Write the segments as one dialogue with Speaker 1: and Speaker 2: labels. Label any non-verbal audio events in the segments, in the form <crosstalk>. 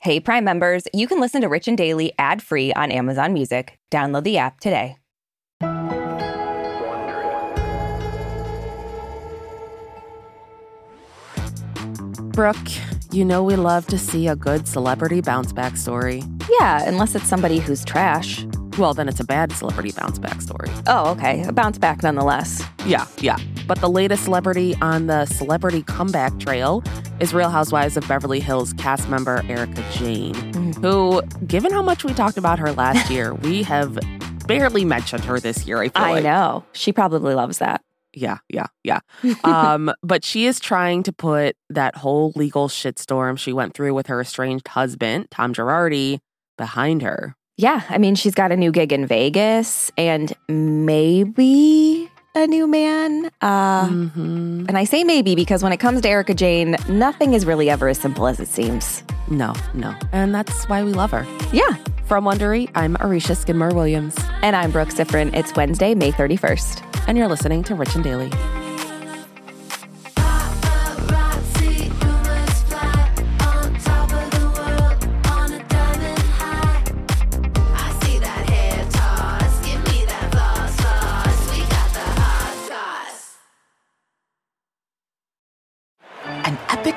Speaker 1: Hey, Prime members, you can listen to Rich and Daily ad free on Amazon Music. Download the app today.
Speaker 2: Brooke, you know we love to see a good celebrity bounce back story.
Speaker 1: Yeah, unless it's somebody who's trash.
Speaker 2: Well, then it's a bad celebrity bounce back story.
Speaker 1: Oh, okay. A bounce back nonetheless.
Speaker 2: Yeah, yeah. But the latest celebrity on the celebrity comeback trail is Real Housewives of Beverly Hills cast member Erica Jane,
Speaker 1: Mm.
Speaker 2: who, given how much we talked about
Speaker 1: <laughs>
Speaker 2: her last year, we have barely mentioned her this year. I feel
Speaker 1: I
Speaker 2: like.
Speaker 1: know. She probably loves that.
Speaker 2: Yeah, yeah,
Speaker 1: <laughs>
Speaker 2: yeah. um, but she is trying to put that whole legal shitstorm she went through with her estranged husband, Tom Girardi, behind her.
Speaker 1: Yeah, I mean, she's got a new gig in Vegas and maybe a new man. Uh,
Speaker 2: Mhm.
Speaker 1: And I say maybe because when it comes to Erica Jane, nothing is really ever as simple as it seems.
Speaker 2: No, no. And that's why we love her.
Speaker 1: Yeah.
Speaker 2: From Wondery, I'm Arisha Skidmore Williams,
Speaker 1: And I'm Brooke Sifrin. It's Wednesday, May 31st.
Speaker 2: and you're listening to Rich and Daily.
Speaker 3: An epic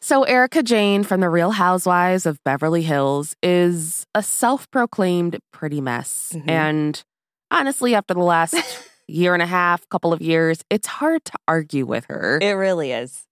Speaker 2: So, Erica Jane from The Real Housewives of Beverly Hills is a self proclaimed pretty mess.
Speaker 1: Mhm.
Speaker 2: And honestly, after
Speaker 1: <laughs>
Speaker 2: the last year and a half, couple of years, it's hard to argue with her.
Speaker 1: It really is.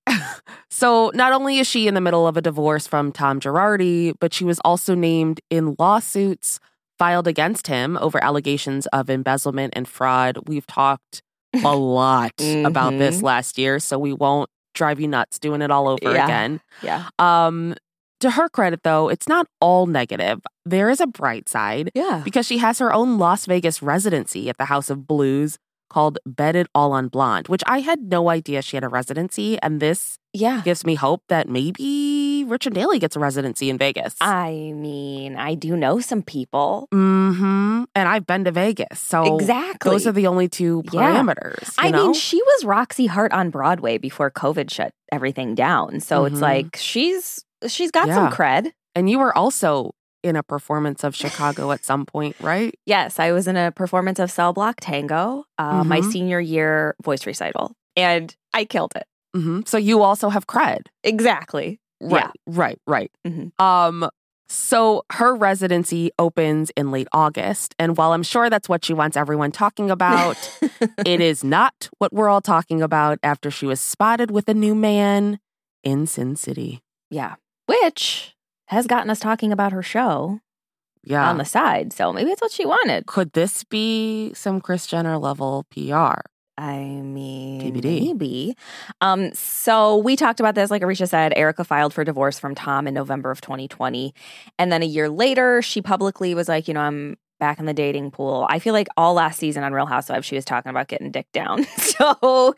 Speaker 2: So, not only is she in the middle of a divorce from Tom Girardi, but she was also named in lawsuits filed against him over allegations of embezzlement and fraud. We've talked
Speaker 1: <laughs>
Speaker 2: a lot about this last year, so we won't drive you nuts doing it all over
Speaker 1: Mm-hmm. Yeah.
Speaker 2: again.
Speaker 1: Yeah.
Speaker 2: Um, to her credit, though, it's not all negative. There is a bright side
Speaker 1: Yeah.
Speaker 2: because she has her own Las Vegas residency at the House of Blues called Bedded All on Blonde, which I had no idea she had a residency. And
Speaker 1: <laughs>
Speaker 2: this
Speaker 1: Yeah.
Speaker 2: gives me hope that maybe Richard Daley gets a residency in Vegas.
Speaker 1: I mean, I do know some people.
Speaker 2: hmm And I've been to Vegas. So
Speaker 1: exactly.
Speaker 2: Oh, those are the only two
Speaker 1: Yeah.
Speaker 2: parameters. you
Speaker 1: I
Speaker 2: know?
Speaker 1: mean, she was Roxy Hart on Broadway before COVID shut everything down. So
Speaker 2: Mhm.
Speaker 1: it's like she's she's got some
Speaker 2: Yeah.
Speaker 1: cred.
Speaker 2: and you were also in a performance of Chicago at some point,
Speaker 1: <sighs>
Speaker 2: right?
Speaker 1: Yes, I was in a performance of Cell Block Tango, uh, my
Speaker 2: Mhm.
Speaker 1: senior year voice recital, and I killed it.
Speaker 2: hmm So you also have cred.
Speaker 1: Exactly.
Speaker 2: Right,
Speaker 1: Yeah.
Speaker 2: right, right.
Speaker 1: Mhm.
Speaker 2: Um, so her residency opens in late August, and while I'm sure that's what she wants everyone talking about,
Speaker 1: <laughs>
Speaker 2: it is not what we're all talking about after she was spotted with a new man in Sin City.
Speaker 1: yeah, which has gotten us talking about her show
Speaker 2: Yeah.
Speaker 1: on the <laughs> side. So maybe that's what she wanted.
Speaker 2: Could this be some Chris Jenner level
Speaker 1: <laughs>
Speaker 2: PR?
Speaker 1: I mean,
Speaker 2: TBD.
Speaker 1: maybe. Um, so we talked about this. Like Arisha said, Erica filed for divorce from Tom in November of 2020. And then a year later, she publicly was like, you know, I'm back in the dating pool. I feel like all last season on Real Housewives, she was talking about getting dick down. <laughs> so,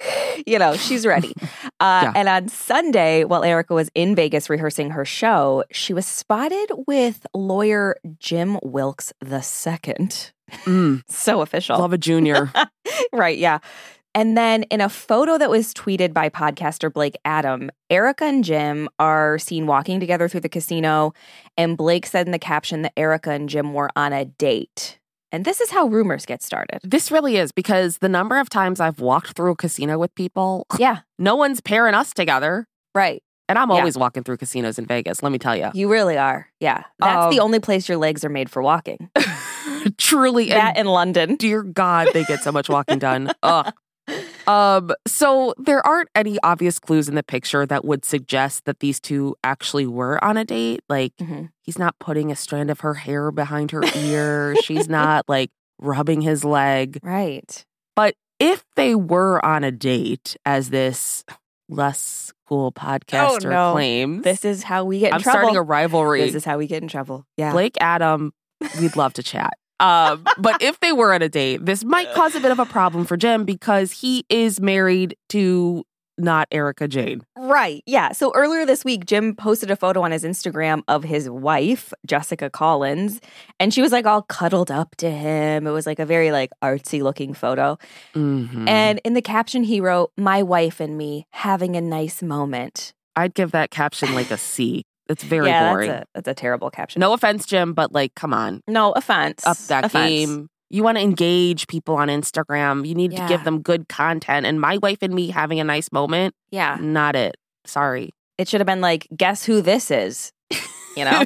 Speaker 1: you know, she's ready. Uh,
Speaker 2: Yeah.
Speaker 1: And on Sunday, while Erica was in Vegas rehearsing her show, she was spotted with lawyer Jim Wilkes II.
Speaker 2: Mm,
Speaker 1: <laughs> So official.
Speaker 2: love
Speaker 1: <laughs>
Speaker 2: a junior.
Speaker 1: Right, yeah. And then in a photo that was tweeted by podcaster Blake Adam, Erica and Jim are seen walking together through the casino. And Blake said in the caption that Erica and Jim were on a date. And this is how rumors get
Speaker 2: <laughs>
Speaker 1: started.
Speaker 2: This really is because the number of times I've walked through a casino with people,
Speaker 1: Yeah,
Speaker 2: no one's pairing us together.
Speaker 1: right.
Speaker 2: And I'm
Speaker 1: Yeah.
Speaker 2: always walking through casinos in Vegas, let me tell you.
Speaker 1: You really are. Yeah. That's
Speaker 2: Um,
Speaker 1: the only place your legs are made for
Speaker 2: <laughs>
Speaker 1: walking.
Speaker 2: Truly. and
Speaker 1: that in London.
Speaker 2: dear God, they get so much walking done. Ugh. Um, so there aren't any obvious clues in the picture that would suggest that these two actually were on a date. Like
Speaker 1: Mhm.
Speaker 2: he's not putting a strand of her hair behind her ear. She's not like rubbing his leg.
Speaker 1: Right.
Speaker 2: If they were on a date, as this less cool podcaster
Speaker 1: Oh, no.
Speaker 2: claims,
Speaker 1: This is how we get in
Speaker 2: I'm
Speaker 1: trouble.
Speaker 2: starting a rivalry.
Speaker 1: This is how we get in trouble. Yeah.
Speaker 2: Blake Adam, we'd love to chat. Um, but if they were on a date, this might cause a bit of a problem for Jim because he is married to not Erica Jane.
Speaker 1: Right. Yeah. So earlier this week, Jim posted a photo on his Instagram of his wife, Jessica Collins, and she was like all cuddled up to him. It was like a very like artsy looking photo.
Speaker 2: Mm-hmm.
Speaker 1: And in the caption, he wrote, My wife and me having a nice moment.
Speaker 2: I'd give that caption like a C. It's very
Speaker 1: yeah,
Speaker 2: boring.
Speaker 1: That's a, that's a terrible caption.
Speaker 2: No offense, Jim, but like, come on,
Speaker 1: no offense.
Speaker 2: up that
Speaker 1: Offense.
Speaker 2: game. You want to engage people on Instagram. You need
Speaker 1: Yeah.
Speaker 2: to give them good content. And my wife and me having a nice moment,
Speaker 1: Yeah.
Speaker 2: not it. Sorry.
Speaker 1: It should have been like, Guess who this is? You
Speaker 2: <laughs>
Speaker 1: know?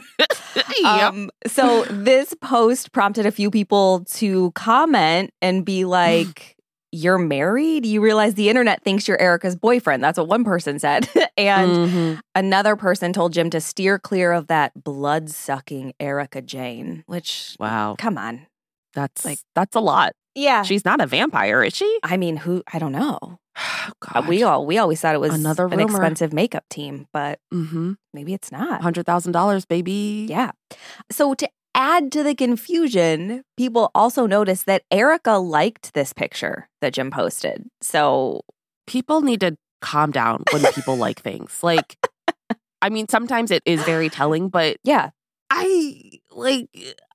Speaker 2: Yep.
Speaker 1: Um, so this post prompted a few people to comment and be
Speaker 2: <gasps>
Speaker 1: like, "You're married? You realize the internet thinks you're Erica's boyfriend." That's what one person said, <laughs> and
Speaker 2: Mhm.
Speaker 1: another person told Jim to steer clear of that blood-sucking Erica Jane. Which,
Speaker 2: wow,
Speaker 1: come on,
Speaker 2: that's
Speaker 1: like-
Speaker 2: like that's a lot.
Speaker 1: yeah.
Speaker 2: She's not a vampire, is she?
Speaker 1: I mean, who? I don't know.
Speaker 2: Oh,
Speaker 1: <sighs>
Speaker 2: God.
Speaker 1: Uh, We all we always thought it was
Speaker 2: Another
Speaker 1: an
Speaker 2: rumor.
Speaker 1: expensive makeup team, but
Speaker 2: mm-hmm.
Speaker 1: maybe it's not.
Speaker 2: hundred thousand dollars, baby.
Speaker 1: Yeah. So to add to the confusion, people also noticed that Erica liked this picture that Jim posted. So
Speaker 2: People need to calm down when people like things.
Speaker 1: <laughs>
Speaker 2: Like, I mean, sometimes it is very telling, but
Speaker 1: yeah,
Speaker 2: I like,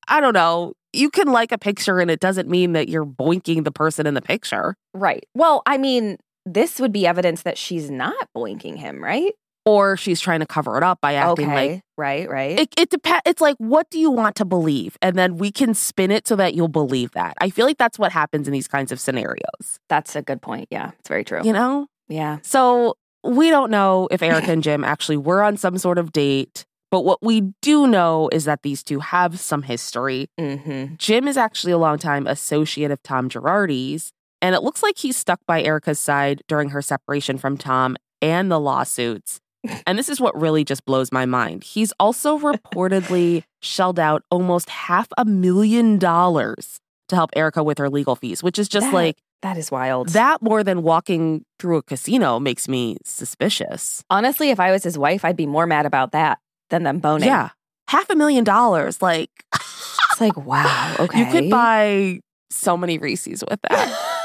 Speaker 2: I don't know. You can like a picture, and it doesn't mean that you're boinking the person in the picture,
Speaker 1: right. Well, I mean, this would be evidence that she's not boinking him, right?
Speaker 2: or she's trying to cover it up by acting
Speaker 1: okay.
Speaker 2: like.
Speaker 1: right, right.
Speaker 2: It, it depends. It's like, what do you want to believe? And then we can spin it so that you'll believe that. I feel like that's what happens in these kinds of scenarios,
Speaker 1: That's a good point. Yeah, it's very true.
Speaker 2: you know?
Speaker 1: Yeah.
Speaker 2: So we don't know if Erica and Jim actually were on some sort of date, but what we do know is that these two have some history.
Speaker 1: hmm
Speaker 2: Jim is actually a longtime associate of Tom Girardi's, and it looks like he's stuck by Erica's side during her separation from Tom and the lawsuits. And this is what really just blows my mind. He's also reportedly shelled out almost half a million dollars to help Erica with her legal fees, which is just
Speaker 1: That-
Speaker 2: like
Speaker 1: That is wild.
Speaker 2: that more than walking through a casino makes me suspicious.
Speaker 1: Honestly, if I was his wife, I'd be more mad about that than them boning.
Speaker 2: Yeah. Half a million dollars. Like,
Speaker 1: It's like, wow, okay.
Speaker 2: you could buy so many Reese's with that.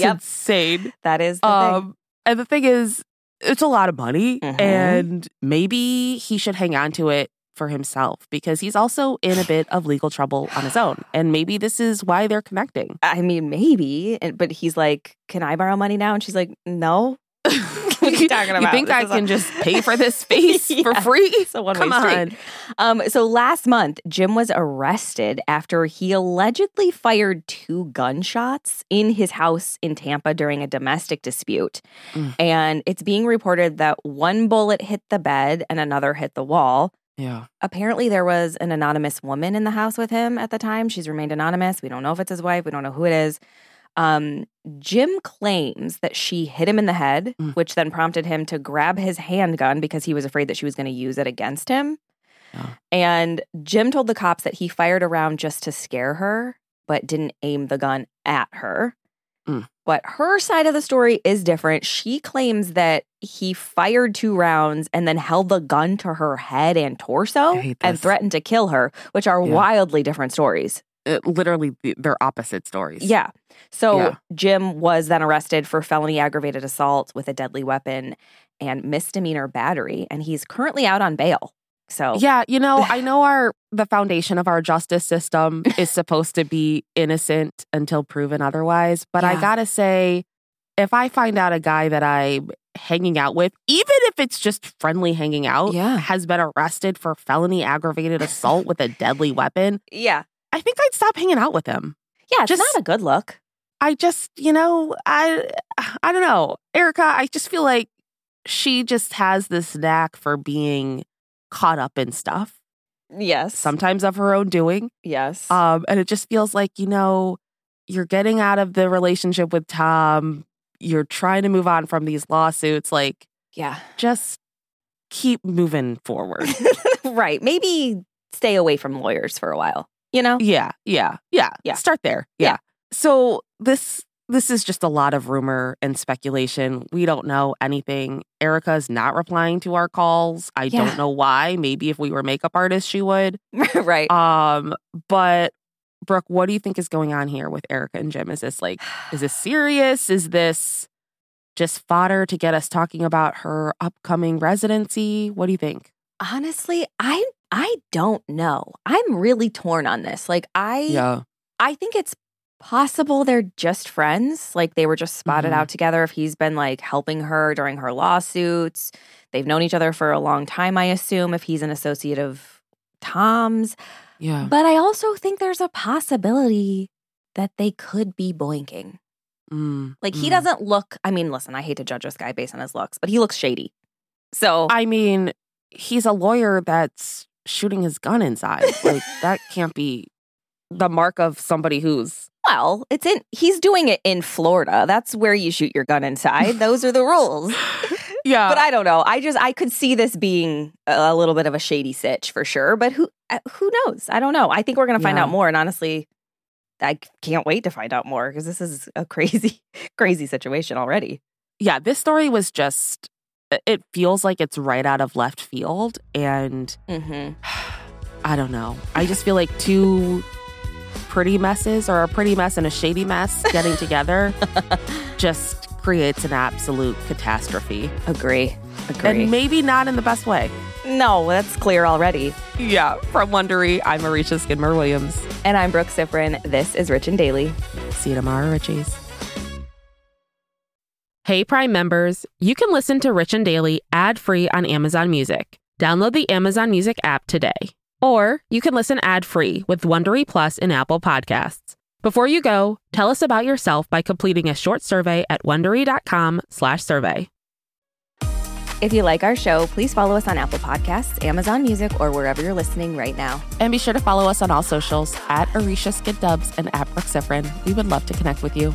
Speaker 1: <laughs>
Speaker 2: <laughs>
Speaker 1: yep.
Speaker 2: insane.
Speaker 1: That is the thing.
Speaker 2: Um, and the thing is, it's a lot of money,
Speaker 1: Mhm.
Speaker 2: and maybe he should hang on to it for himself because he's also in a bit of legal trouble on his own. And maybe this is why they're connecting.
Speaker 1: I mean, maybe, and, but he's like, "Can I borrow money now?" And she's like, "No." <laughs> <laughs> What are you talking
Speaker 2: You
Speaker 1: about?
Speaker 2: think
Speaker 1: This
Speaker 2: I
Speaker 1: is a-
Speaker 2: can just
Speaker 1: <laughs>
Speaker 2: pay for this space for
Speaker 1: Yeah.
Speaker 2: free?
Speaker 1: It's a one-way
Speaker 2: Come
Speaker 1: street.
Speaker 2: on.
Speaker 1: Um, so last month, Jim was arrested after he allegedly fired two gunshots in his house in Tampa during a domestic dispute.
Speaker 2: Mm.
Speaker 1: And it's being reported that one bullet hit the bed and another hit the wall.
Speaker 2: Yeah.
Speaker 1: Apparently, there was an anonymous woman in the house with him at the time. She's remained anonymous. We don't know if it's his wife. We don't know who it is. Um, Jim claims that she hit him in the head,
Speaker 2: Mm.
Speaker 1: which then prompted him to grab his handgun because he was afraid that she was going to use it against him.
Speaker 2: Yeah.
Speaker 1: And Jim told the cops that he fired around just to scare her, but didn't aim the gun at her.
Speaker 2: Mm.
Speaker 1: But her side of the story is different. She claims that he fired two rounds and then held the gun to her head and torso
Speaker 2: I hate
Speaker 1: and
Speaker 2: this.
Speaker 1: threatened to kill her, which are
Speaker 2: Yeah.
Speaker 1: wildly different stories.
Speaker 2: It, literally, th- they're opposite stories.
Speaker 1: Yeah. So
Speaker 2: Yeah.
Speaker 1: Jim was then arrested for felony aggravated assault with a deadly weapon and misdemeanor battery, and he's currently out on bail. So
Speaker 2: Yeah, you know,
Speaker 1: <laughs>
Speaker 2: I know our the foundation of our justice system is supposed to be innocent until proven otherwise, but
Speaker 1: Yeah.
Speaker 2: I got to say if I find out a guy that I'm hanging out with, even if it's just friendly hanging out,
Speaker 1: Yeah.
Speaker 2: has been arrested for felony aggravated assault with a deadly weapon,
Speaker 1: yeah,
Speaker 2: I think I'd stop hanging out with him.
Speaker 1: Yeah, it's
Speaker 2: Just-
Speaker 1: not a good look.
Speaker 2: I just, you know, I I don't know. Erica, I just feel like she just has this knack for being caught up in stuff,
Speaker 1: Yes.
Speaker 2: sometimes of her own doing.
Speaker 1: yes.
Speaker 2: Um, and it just feels like, you know, you're getting out of the relationship with Tom. You're trying to move on from these lawsuits. Like,
Speaker 1: yeah.
Speaker 2: just keep moving forward.
Speaker 1: <laughs> right. Maybe stay away from lawyers for a while. You know?
Speaker 2: yeah, yeah, yeah,
Speaker 1: Yeah.
Speaker 2: Start there.
Speaker 1: Yeah.
Speaker 2: So this this is just a lot of rumor and speculation. We don't know anything. Erica's not replying to our calls. I
Speaker 1: Yeah.
Speaker 2: don't know why. Maybe if we were makeup artists, she would.
Speaker 1: <laughs> right.
Speaker 2: Um, but Brooke, what do you think is going on here with Erica and Jim? Is this like
Speaker 1: <sighs>
Speaker 2: is this serious? Is this just fodder to get us talking about her upcoming residency? What do you think?
Speaker 1: Honestly, I I don't know. I'm really torn on this. Like I I think it's possible they're just friends. Like they were just spotted
Speaker 2: Mhm.
Speaker 1: out together. If he's been like helping her during her lawsuits, they've known each other for a long time, I assume, if he's an associate of Tom's.
Speaker 2: Yeah.
Speaker 1: But I also think there's a possibility that they could be boinking.
Speaker 2: Mm,
Speaker 1: Like he
Speaker 2: mm.
Speaker 1: doesn't look, I mean, listen, I hate to judge this guy based on his looks, but he looks shady. So
Speaker 2: I mean, he's a lawyer that's shooting his
Speaker 1: <laughs>
Speaker 2: gun inside. Like that can't be the mark of
Speaker 1: <laughs>
Speaker 2: somebody who's
Speaker 1: well, it's in he's doing it in Florida. That's where you shoot your gun inside. Those are the rules.
Speaker 2: yeah.
Speaker 1: but I don't know. I just I could see this being a a little bit of a shady sitch for sure. But who uh, who knows? I don't know. I think we're gonna find
Speaker 2: Yeah.
Speaker 1: out more. And honestly, I c- can't wait to find out more because this is a crazy <laughs> crazy situation already.
Speaker 2: yeah, this story was just it feels like it's right out of left field and
Speaker 1: Mm-hmm.
Speaker 2: I don't know. I just feel like two pretty messes or a pretty mess and a shady mess <laughs> getting together just creates an absolute catastrophe.
Speaker 1: Agree.
Speaker 2: And
Speaker 1: Agree.
Speaker 2: maybe not in the best way.
Speaker 1: no, that's clear already.
Speaker 2: Yeah. From Wondery, I'm Marisha Skidmore Williams.
Speaker 1: And I'm Brooke Sifrin. This is Rich and Daily.
Speaker 2: See you tomorrow, Richies. Hey, Prime members, you can listen to Rich and Daily ad free on Amazon Music. Download the Amazon Music app today. Or you can listen ad free with Wondery Plus in Apple Podcasts. Before you go, tell us about yourself by completing a short survey at wondery.com/slash survey.
Speaker 1: If you like our show, please follow us on Apple Podcasts, Amazon Music, or wherever you're listening right now.
Speaker 2: And be sure to follow us on all socials at Arisha Skid Dubs and at Brooke Sifrin. We would love to connect with you.